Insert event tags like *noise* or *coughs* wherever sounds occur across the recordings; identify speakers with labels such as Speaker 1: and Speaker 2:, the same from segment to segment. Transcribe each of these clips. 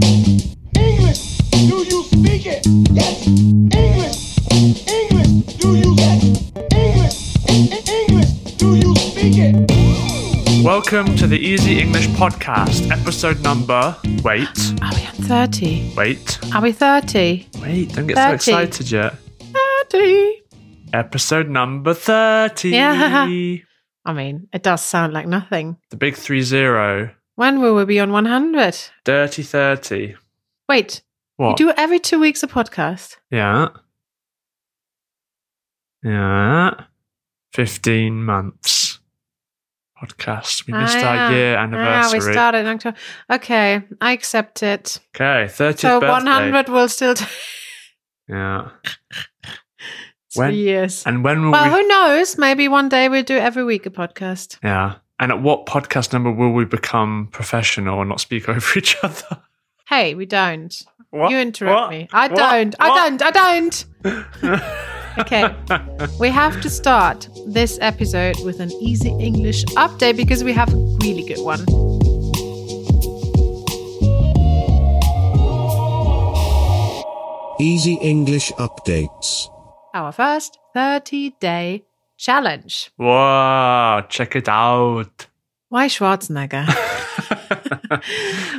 Speaker 1: English, do you speak it? Yes. English, English, do you yes? English, E- English, do you speak it?
Speaker 2: Welcome to the Easy English Podcast, episode number. Wait,
Speaker 3: Are we on 30?
Speaker 2: wait,
Speaker 3: Are we 30?
Speaker 2: wait, don't get
Speaker 3: Thirty.
Speaker 2: so excited yet.
Speaker 3: 30.
Speaker 2: Episode number 30.
Speaker 3: Yeah.
Speaker 2: The
Speaker 3: I mean, it does sound like nothing.
Speaker 2: big 3 0.
Speaker 3: When will we be on 100?
Speaker 2: Dirty 30.
Speaker 3: Wait,
Speaker 2: What?
Speaker 3: you do every two weeks a podcast.
Speaker 2: yeah. Yeah. 15 months. Podcast. We missed
Speaker 3: Ah,
Speaker 2: our year
Speaker 3: Ah, we
Speaker 2: anniversary.
Speaker 3: started in October. Okay, I accept it.
Speaker 2: okay, 30th
Speaker 3: so
Speaker 2: birthday.
Speaker 3: 100 will still take
Speaker 2: Yeah.
Speaker 3: three
Speaker 2: *laughs* When-
Speaker 3: years.
Speaker 2: And when will
Speaker 3: Well,
Speaker 2: we.
Speaker 3: who knows? Maybe one day we'll do every week a podcast.
Speaker 2: Yeah. And at what podcast number will we become professional and not speak *laughs* over each other?
Speaker 3: Hey, we don't.
Speaker 2: What?
Speaker 3: You interrupt
Speaker 2: What?
Speaker 3: me. I
Speaker 2: What?
Speaker 3: don't. I
Speaker 2: What?
Speaker 3: don't. I don't.
Speaker 2: *laughs*
Speaker 3: okay. We have to start this episode with an easy English update because we have a really good one.
Speaker 4: Easy English updates.
Speaker 3: Our first 30 day challenge.
Speaker 2: Wow, check it out. *laughs*
Speaker 3: Why Schwarzenegger?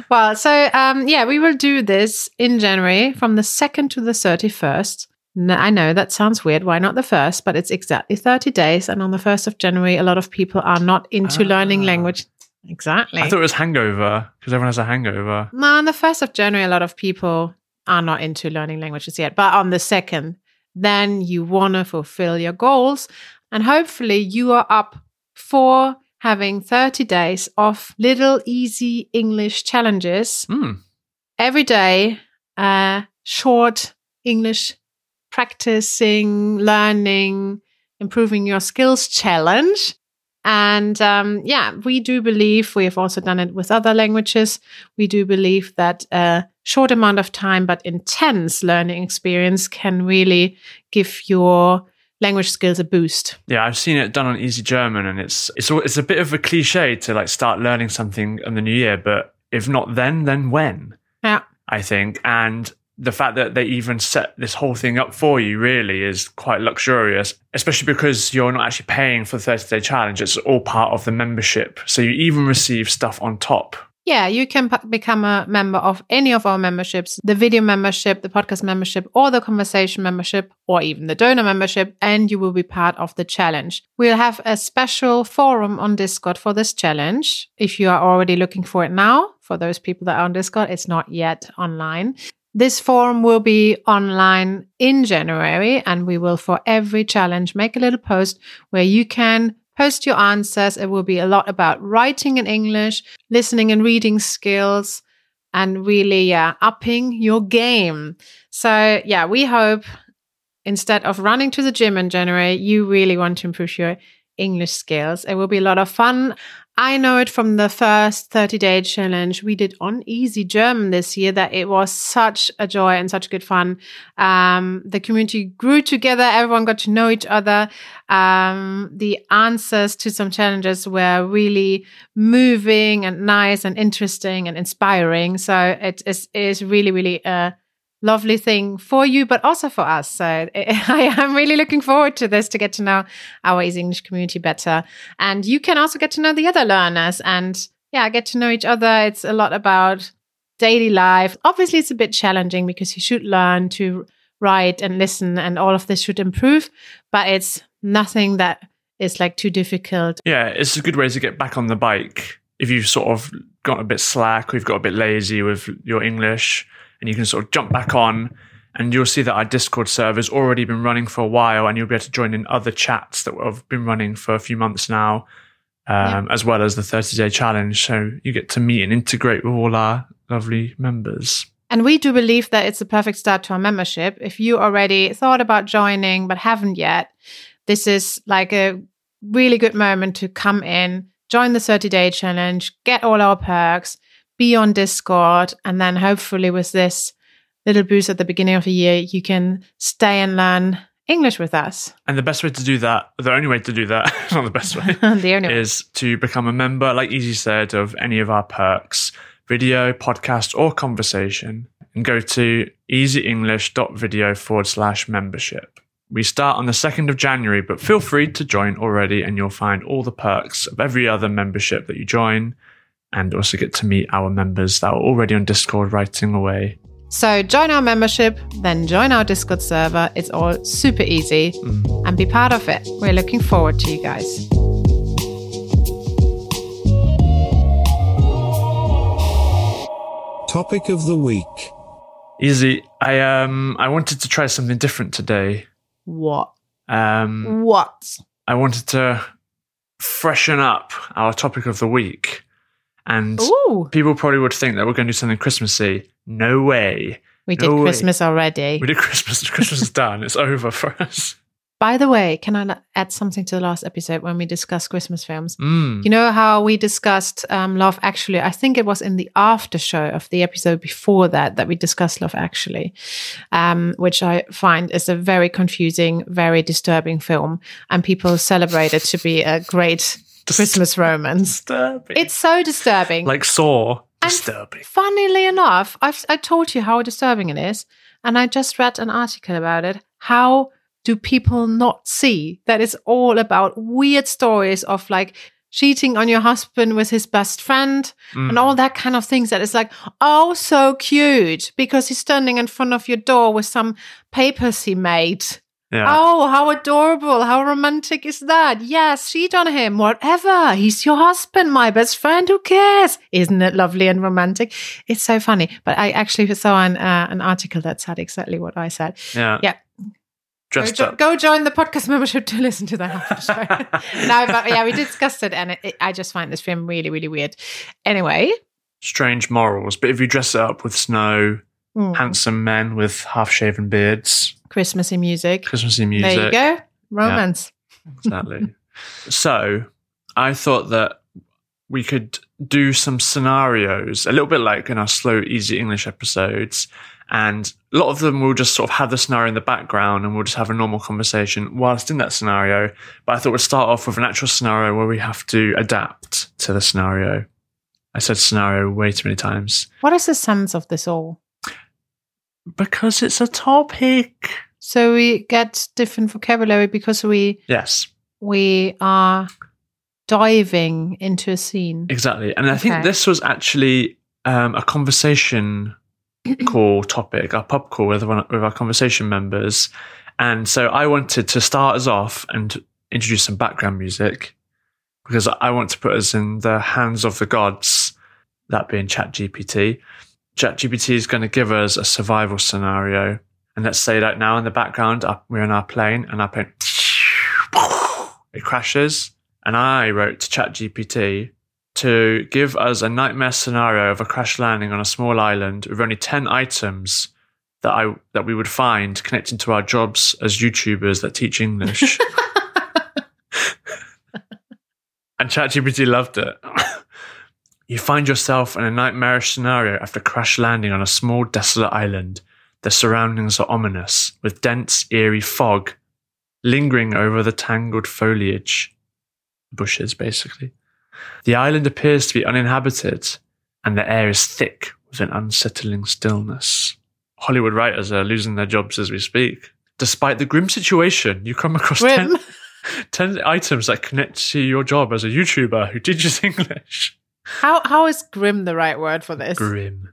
Speaker 3: *laughs* well, so um, yeah, we will do this in January from the 2nd to the 31st. No, I know that sounds weird. Why not the first? But it's exactly 30 days. And on the 1st of January, a lot of people are not into learning
Speaker 2: Ah.
Speaker 3: language. Exactly.
Speaker 2: I thought it was hangover because everyone has a hangover.
Speaker 3: No, on the 1st of January, a lot of people are not into learning languages yet. But on the 2nd, then you want to fulfill your goals. And hopefully, you are up for having 30 days of little easy English challenges
Speaker 2: Hmm.
Speaker 3: every day, uh, short English practicing, learning, improving your skills challenge. And um, yeah, we do believe we have also done it with other languages. We do believe that a short amount of time but intense learning experience can really give your language skills a boost.
Speaker 2: Yeah, I've seen it done on Easy German, and it's it's al- it's a bit of a cliche to like start learning something in the new year, but if not then, then when?
Speaker 3: Yeah.
Speaker 2: I think, and the fact that they even set this whole thing up for you really is quite luxurious, especially because you're not actually paying for the thirty day challenge; it's all part of the membership, so you even receive stuff on top.
Speaker 3: Yeah, you can p- become a member of any of our memberships the video membership, the podcast membership, or the conversation membership, or even the donor membership, and you will be part of the challenge. We'll have a special forum on Discord for this challenge. If you are already looking for it now, for those people that are on Discord, it's not yet online. This forum will be online in January, and we will, for every challenge, make a little post where you can post your answers. It will be a lot about writing in English, listening and reading skills, and really yeah, upping your game. So, yeah, we hope instead of running to the gym in January, you really want to improve your English skills. It will be a lot of fun. I know it from the first 30 day challenge we did on Easy German this year that it was such a joy and such good fun. Um, the community grew together, everyone got to know each other. Um, the answers to some challenges were really moving and nice and interesting and inspiring. So it is, is really, really a lovely thing for you, but also for us. So *laughs* I am really looking forward to this to get to know our Easy English community better. And you can also get to know the other learners and yeah, get to know each other. It's a lot about daily life. Obviously, it's a bit challenging because you should learn to write and listen, and all of this should improve, but it's nothing that is like too difficult.
Speaker 2: Yeah, it's a good way to get back on the bike if you've sort of got a bit slack or you've got a bit lazy with your English and you can sort of jump back on and you'll see that our Discord server's already been running for a while and you'll be able to join in other chats that have been running for a few months now, um, as well as the 30 day challenge. So you get to meet and integrate with all our lovely members.
Speaker 3: And we do believe that it's a perfect start to our membership. If you already thought about joining but haven't yet, this is like a really good moment to come in, join the 30 day challenge, get all our perks, be on Discord, and then hopefully with this little boost at the beginning of the year, you can stay and learn English with us. *laughs*
Speaker 2: And the best way to do that, the only way to do that, *laughs* not the best way,
Speaker 3: the only
Speaker 2: is to become a member, like Easy said, of any of our perks, video, podcast, or conversation, and go to easyenglish.video forward slash membership. We start on the 2nd of January, but feel free to join already, and you'll find all the perks of every other membership that you join, and also get to meet our members that are already on Discord writing away.
Speaker 3: So join our membership, then join our Discord server. It's all super easy and be part of it. We're looking forward to you guys.
Speaker 4: Topic of the week.
Speaker 2: Easy, I um I wanted to try something different today.
Speaker 3: What?
Speaker 2: Um,
Speaker 3: What?
Speaker 2: I wanted to freshen up our topic of the week. And
Speaker 3: Ooh,
Speaker 2: people probably would think that we're going to do something Christmassy. No way.
Speaker 3: we did
Speaker 2: No way.
Speaker 3: Christmas already.
Speaker 2: We did Christmas. *laughs* Christmas is done. It's over for us.
Speaker 3: By the way, can I add something to the last episode when we discussed Christmas films?
Speaker 2: Mm.
Speaker 3: You know how we discussed um, Love Actually? I think it was in the after show of the episode before that that we discussed Love Actually, um, which I find is a very confusing, very disturbing film, and people celebrate it to be a
Speaker 2: *laughs*
Speaker 3: great Christmas romance.
Speaker 2: Disturbing.
Speaker 3: It's so disturbing.
Speaker 2: like Saw.
Speaker 3: And-
Speaker 2: Disturbing.
Speaker 3: Funnily enough, I've I told you how disturbing it is, and I just read an article about it. How do people not see that it's all about weird stories of like cheating on your husband with his best friend
Speaker 2: Mm. Hmm.
Speaker 3: and all that kind of things that is like, oh, so cute because he's standing in front of your door with some papers he made.
Speaker 2: Yeah.
Speaker 3: Oh, how adorable. How romantic is that? Yes, cheat on him. Whatever. He's your husband, my best friend. Who cares? Isn't it lovely and romantic? It's so funny. But I actually saw an, uh, an article that said exactly what I said.
Speaker 2: yeah.
Speaker 3: yeah. Go,
Speaker 2: Dressed
Speaker 3: jo-
Speaker 2: up.
Speaker 3: go join the podcast membership to listen to that after
Speaker 2: *laughs*
Speaker 3: show. no, but yeah, we discussed it and it, it, I just find this film really, really weird. Anyway.
Speaker 2: Strange morals. But if you dress it up with snow,
Speaker 3: Mm.
Speaker 2: handsome men with half shaven beards,
Speaker 3: Christmassy music.
Speaker 2: Christmassy music.
Speaker 3: There you go. Romance.
Speaker 2: exactly. so I thought that we could do some scenarios, a little bit like in our slow, easy English episodes. And a lot of them will just sort of have the scenario in the background and we'll just have a normal conversation whilst in that scenario. But I thought we'd start off with an actual scenario where we have to adapt to the scenario. I said scenario way too many times
Speaker 3: What is the sense of this all?
Speaker 2: because it's a topic.
Speaker 3: So we get different vocabulary because we
Speaker 2: Yes.
Speaker 3: we are diving into a scene.
Speaker 2: Exactly. And I think
Speaker 3: Mm. Okay.
Speaker 2: this was actually um, a conversation call topic, our pub call with, one, with our conversation members. And so I wanted to start us off and introduce some background music because I want to put us in the hands of the gods, that being ChatGPT. ChatGPT is going to give us a survival scenario. And let's say that now in the background, uh, we're in our plane and our plane, it crashes. And I wrote to ChatGPT, to give us a nightmare scenario of a crash landing on a small island with only 10 items that I that we would find connecting to our jobs as YouTubers that teach English. and ChatGPT loved it. *coughs* you find yourself in a nightmarish scenario after crash landing on a small desolate island. The surroundings are ominous, with dense, eerie fog lingering over the tangled foliage. Bushes, basically. The island appears to be uninhabited, and the air is thick with an unsettling stillness. Hollywood writers are losing their jobs as we speak. Despite the grim situation, you come across
Speaker 3: Grim.
Speaker 2: 10, 10 items that connect to your job as a YouTuber who teaches *laughs* English.
Speaker 3: *laughs* How how is grim the right word for this?
Speaker 2: Grim.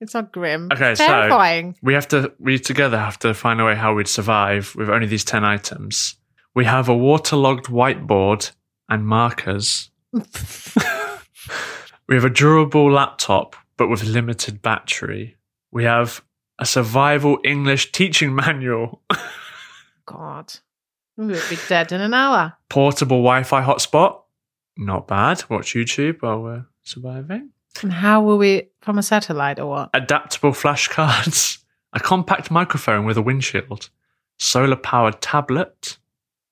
Speaker 3: It's not grim.
Speaker 2: Okay,
Speaker 3: it's
Speaker 2: so-
Speaker 3: terrifying.
Speaker 2: We have to, we together have to find a way how we'd survive with only these 10 items. We have a waterlogged whiteboard and markers. we have a durable laptop, but with limited battery. We have a survival English teaching manual, *laughs*
Speaker 3: God, we would be dead in an hour.
Speaker 2: portable Wi Fi hotspot. Not bad. Watch YouTube while we're surviving.
Speaker 3: And how will we from a satellite or what?
Speaker 2: adaptable flashcards, *laughs* a compact microphone with a windshield, solar powered tablet,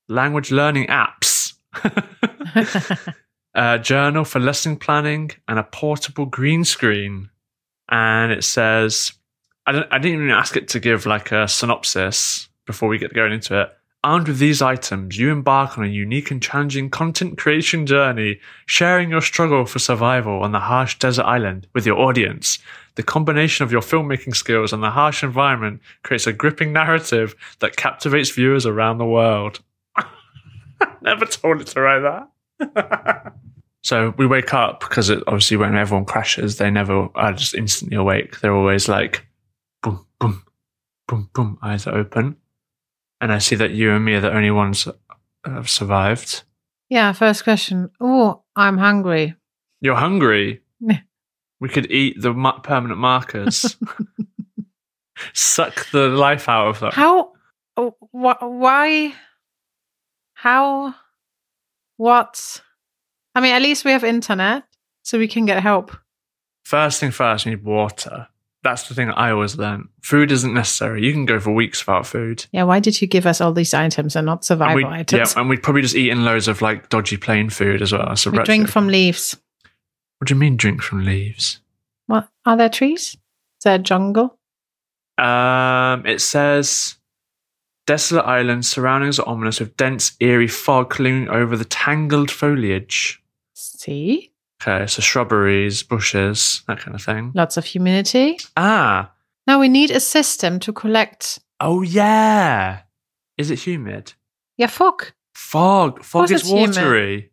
Speaker 2: language learning apps, *laughs* a journal for lesson planning, and a portable green screen. And it says, I, don't, I didn't even ask it to give like a synopsis. before we get going into it. Armed with these items, you embark on a unique and challenging content creation journey, sharing your struggle for survival on the harsh desert island with your audience. The combination of your filmmaking skills and the harsh environment creates a gripping narrative that captivates viewers around the world. *laughs* Never told it to write that. *laughs* So we wake up because it, obviously when everyone crashes, they never are just instantly awake. They're always like, boom, boom, boom, boom, eyes are open. And I see that you and me are the only ones that have survived.
Speaker 3: *laughs* Yeah, first question. Oh, I'm hungry.
Speaker 2: You're hungry.
Speaker 3: Yeah.
Speaker 2: we could eat the ma- permanent
Speaker 3: *laughs*
Speaker 2: markers. Suck the life out of that.
Speaker 3: How? oh, wh- Why? How? What? I mean, at least we have internet, so we can get help.
Speaker 2: First thing first, you need water. That's the thing I always learn. Food isn't necessary. You can go for weeks without food.
Speaker 3: Yeah, why did you give us all these items and not
Speaker 2: And
Speaker 3: survival
Speaker 2: we,
Speaker 3: items?
Speaker 2: Yeah, and we'd probably just eat in loads of like dodgy plain food as well. So
Speaker 3: we drink from leaves.
Speaker 2: What do you mean drink from leaves?
Speaker 3: What are there trees? Is there a jungle?
Speaker 2: Um, it says desolate island surroundings are ominous with dense eerie fog clinging over the tangled foliage.
Speaker 3: See,
Speaker 2: Okay, so shrubberies, bushes, that kind of thing.
Speaker 3: lots of humidity.
Speaker 2: Ah,
Speaker 3: Now we need a system to collect.
Speaker 2: oh yeah. Is it humid?
Speaker 3: Yeah, fuck.
Speaker 2: Fog. Fog
Speaker 3: course
Speaker 2: is
Speaker 3: it's humid. *laughs*
Speaker 2: watery.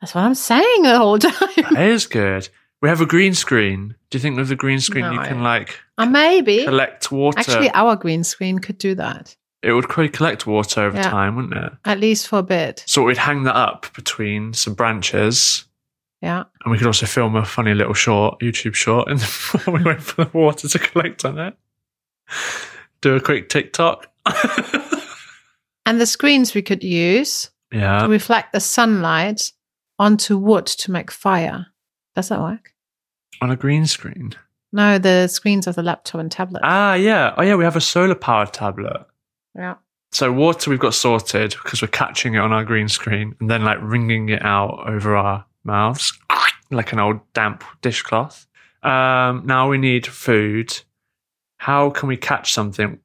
Speaker 3: That's what I'm saying the whole *laughs* time.
Speaker 2: that is good. We have a green screen. Do you think with the green screen you
Speaker 3: No.
Speaker 2: can like
Speaker 3: Uh, maybe.
Speaker 2: collect uh, water?
Speaker 3: Actually, our green screen could do that,
Speaker 2: it would probably collect water over
Speaker 3: Yeah.
Speaker 2: time, wouldn't it?
Speaker 3: at least for a bit.
Speaker 2: So we'd hang that up between some branches,
Speaker 3: Yeah.
Speaker 2: and we could also film a funny little short, YouTube short, and *laughs* we wait for the water to collect on it. Do a quick TikTok. *laughs*
Speaker 3: And the screens we could use to
Speaker 2: yeah,
Speaker 3: reflect the sunlight onto wood to make fire. Does that work?
Speaker 2: on a green screen.
Speaker 3: No, the screens of the laptop and tablet.
Speaker 2: Ah, yeah. Oh, yeah. We have a solar powered tablet.
Speaker 3: yeah.
Speaker 2: So water we've got sorted because we're catching it on our green screen and then like wringing it out over our mouths *clears throat* like an old damp dishcloth. Um, now we need food. How can we catch something?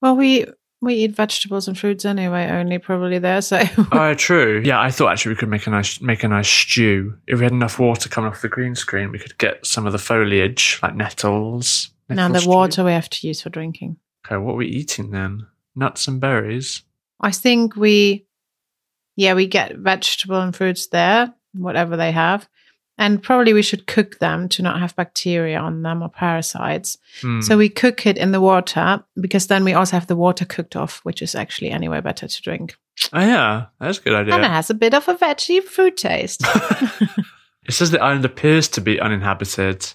Speaker 3: Well, we we eat vegetables and fruits anyway, only probably there. So *laughs*
Speaker 2: Oh, true. Yeah, I thought actually we could make a nice make a nice stew. If we had enough water coming off the green screen, we could get some of the foliage, like nettles.
Speaker 3: now
Speaker 2: nettle
Speaker 3: the
Speaker 2: stew.
Speaker 3: water we have to use for drinking.
Speaker 2: Okay, what are we eating then? Nuts and berries.
Speaker 3: I think we, yeah, we get vegetable and fruits there, whatever they have. And probably we should cook them to not have bacteria on them or parasites.
Speaker 2: Hmm.
Speaker 3: So we cook it in the water because then we also have the water cooked off, which is actually anyway better to drink.
Speaker 2: oh yeah, that's a good idea.
Speaker 3: And it has a bit of a veggie fruit
Speaker 2: *laughs*
Speaker 3: taste.
Speaker 2: It says the island appears to be uninhabited.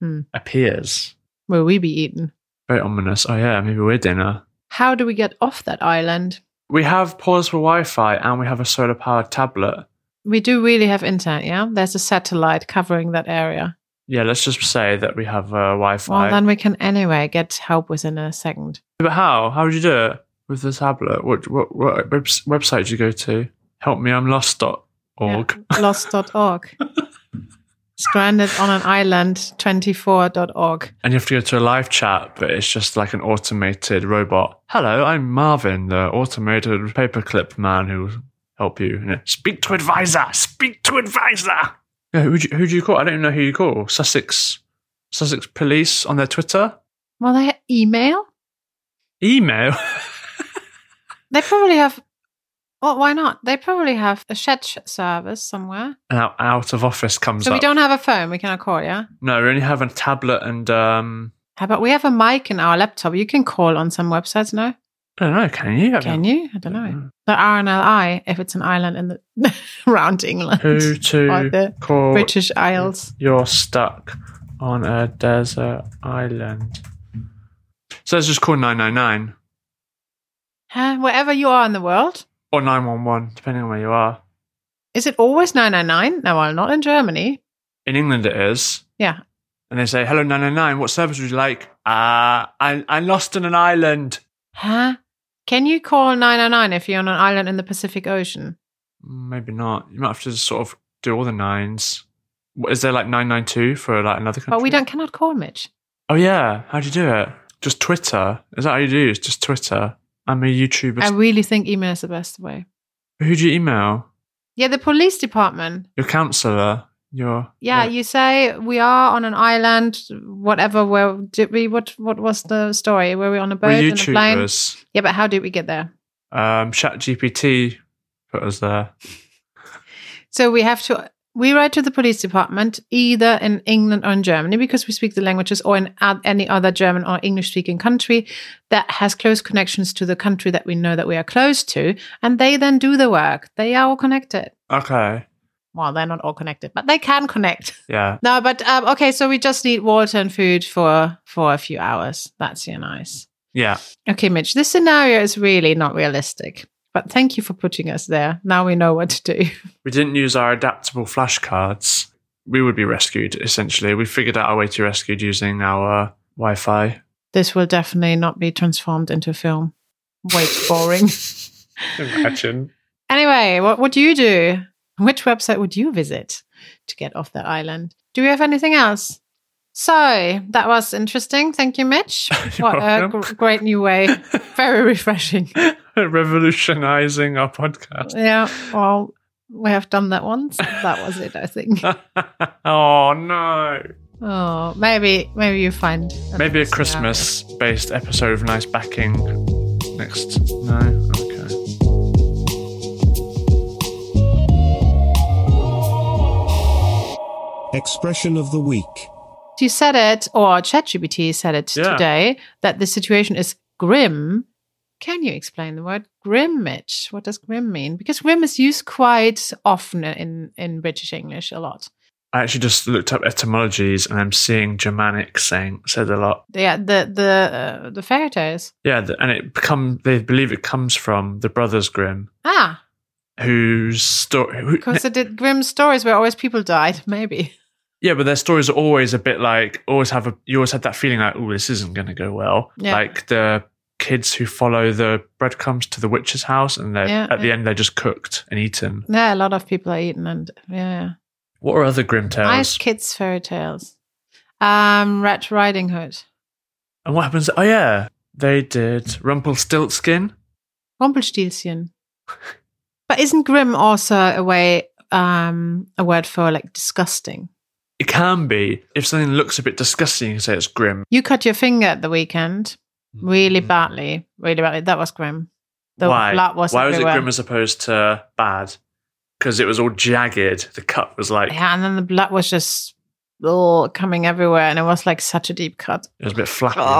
Speaker 3: Hmm.
Speaker 2: Appears.
Speaker 3: Will we be eaten?
Speaker 2: Very ominous. Oh yeah, maybe we're dinner.
Speaker 3: How do we get off that island?
Speaker 2: We have pause for Wi-Fi and we have a solar powered tablet.
Speaker 3: We do really have internet, yeah? There's a satellite covering that area.
Speaker 2: Yeah, let's just say that we have uh, Wi-Fi.
Speaker 3: Well, then we can anyway get help within a second.
Speaker 2: But how? How would you do it with the tablet? What what, what web- website did you go to? Help me, I'm lost. Dot org. *laughs*
Speaker 3: Yeah, Lost.org. Stranded on an island 24.org.
Speaker 2: And you have to go to a live chat, but it's just like an automated robot. Hello, I'm Marvin, the automated paperclip man who will help you. And it, Speak to advisor. Speak to advisor. Yeah, who do you, who do you call? I don't even know who you call. Sussex Sussex Police on their Twitter
Speaker 3: Well, they have email?
Speaker 2: email. *laughs*
Speaker 3: They probably have. Well, why not? They probably have a chat sh- service somewhere.
Speaker 2: and our out of office comes
Speaker 3: So we
Speaker 2: up.
Speaker 3: don't have a phone. We cannot call, yeah?
Speaker 2: no, we only have a tablet and um.
Speaker 3: How about we have a mic in our laptop? You can call on some websites, no?
Speaker 2: I don't know. Can you? I
Speaker 3: Can you? I don't know.
Speaker 2: know.
Speaker 3: The RNLI, if it's an island in the *laughs* around England.
Speaker 2: Who
Speaker 3: Or
Speaker 2: to
Speaker 3: the
Speaker 2: call?
Speaker 3: British Isles.
Speaker 2: You're stuck on a desert island. So let's just call 999
Speaker 3: Huh? Wherever you are in the world.
Speaker 2: or 911, depending on where you are.
Speaker 3: Is it always 999? No, well, not in Germany.
Speaker 2: In England, it is.
Speaker 3: Yeah.
Speaker 2: And they say, hello, 999, what service would you like? Ah, I, I'm lost on an island.
Speaker 3: Huh? Can you call 999 if you're on an island in the Pacific Ocean?
Speaker 2: Maybe not. You might have to just sort of do all the nines. What, is there like 992 for like another country?
Speaker 3: But we don't cannot call Mitch.
Speaker 2: Oh, yeah. How do you do it? Just Twitter. Is that how you do? It's just Twitter. I'm a YouTuber.
Speaker 3: I really think email is the best way.
Speaker 2: Who do you email?
Speaker 3: Yeah, the police department.
Speaker 2: Your counselor. Your
Speaker 3: Yeah,
Speaker 2: your-
Speaker 3: you say we are on an island, whatever. Where did we? What? What was the story? Were we on a boat?
Speaker 2: we're
Speaker 3: and a plane?
Speaker 2: YouTubers.
Speaker 3: Yeah, but how did we get there?
Speaker 2: Um, ChatGPT put us there.
Speaker 3: So we have to. We write to the police department either in England or in Germany because we speak the languages, or in oth- any other German or English-speaking country that has close connections to the country that we know that we are close to, and they then do the work. They are all connected.
Speaker 2: Okay.
Speaker 3: Well, they're not all connected, but they can connect. *laughs*
Speaker 2: Yeah.
Speaker 3: No, but um, okay. So we just need water and food for for a few hours. That's yeah, nice.
Speaker 2: Yeah.
Speaker 3: Okay, Mitch. This scenario is really not realistic, but thank you for putting us there. Now we know what to do. *laughs*
Speaker 2: We didn't use our adaptable flashcards. We would be rescued, essentially. We figured out our way to be rescued using our Wi Fi.
Speaker 3: This will definitely not be transformed into a film. Way too boring. *laughs*
Speaker 2: Imagine.
Speaker 3: anyway, what would you do? Which website would you visit to get off that island? Do we have anything else? So that was interesting. Thank you, Mitch.
Speaker 2: *laughs* You're
Speaker 3: What a
Speaker 2: welcome.
Speaker 3: gr- great new
Speaker 2: *laughs*
Speaker 3: way. Very refreshing.
Speaker 2: *laughs* Revolutionizing our podcast. *laughs*
Speaker 3: Yeah, well, we have done that once. That was it,
Speaker 2: *laughs*
Speaker 3: I think.
Speaker 2: oh, no.
Speaker 3: Oh, maybe maybe you find
Speaker 2: Maybe a
Speaker 3: another
Speaker 2: Christmas based episode of Nice Backing next. No? Okay.
Speaker 4: Expression of the week.
Speaker 3: scenario. You said it, or ChatGPT said it
Speaker 2: Yeah.
Speaker 3: today that the situation is grim. Can you explain the word grim, Mitch? What does grim mean? Because grim is used quite often in in British English a lot.
Speaker 2: I actually just looked up etymologies and I'm seeing Germanic saying said a lot.
Speaker 3: Yeah, the the uh, the fairy tales.
Speaker 2: Yeah, th- and it become they believe it comes from the Brothers Grimm,
Speaker 3: Ah,
Speaker 2: whose story. Who,
Speaker 3: because the grim stories where always people died. *laughs* Maybe.
Speaker 2: yeah, but their stories are always a bit like always have a you always have that feeling like oh this isn't going to go well.
Speaker 3: Yeah.
Speaker 2: Like the kids who follow the breadcrumbs to the witch's house and they're
Speaker 3: Yeah,
Speaker 2: at the
Speaker 3: yeah.
Speaker 2: end they're just cooked and eaten.
Speaker 3: Yeah, a lot of people are eaten, and yeah.
Speaker 2: What are other grim tales?
Speaker 3: Ice Kids fairy tales. Um, Red Riding Hood.
Speaker 2: And what happens? Oh yeah, they did Rumpelstiltskin.
Speaker 3: Rumpelstilzchen. but isn't grim also a way, um, a word for like disgusting?
Speaker 2: It can be if something looks a bit disgusting, you can say it's grim.
Speaker 3: You cut your finger at the weekend really
Speaker 2: Mm.
Speaker 3: badly, really badly. That was grim. The
Speaker 2: Why?
Speaker 3: blood was
Speaker 2: Why
Speaker 3: everywhere.
Speaker 2: was it grim as opposed to bad? Because it was all jagged. The cut was like
Speaker 3: yeah, and then the blood was just oh, coming everywhere, and it was like such a deep cut.
Speaker 2: it was a bit flappy. wasn't it?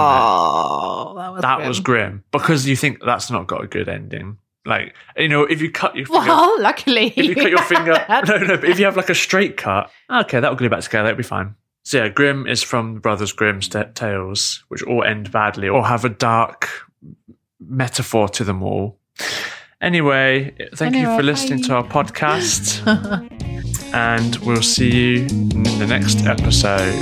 Speaker 3: Oh, that was
Speaker 2: that
Speaker 3: grim.
Speaker 2: was grim because you think that's not got a good ending. Like you know, if you cut
Speaker 3: *laughs*
Speaker 2: your finger,
Speaker 3: *laughs* Well, luckily,
Speaker 2: if you cut your
Speaker 3: *laughs*
Speaker 2: finger, *laughs*
Speaker 3: had
Speaker 2: no,
Speaker 3: that.
Speaker 2: no. But if you have like a straight cut, okay, that will glue back together. That'll be fine. So yeah, grim is from the Brothers Grimm's t- tales, which all end badly or have a dark metaphor to them all. Anyway, thank you
Speaker 3: Anyway,
Speaker 2: for listening to
Speaker 3: bye.
Speaker 2: our
Speaker 3: *laughs*
Speaker 2: podcast, and we'll see you in the next episode.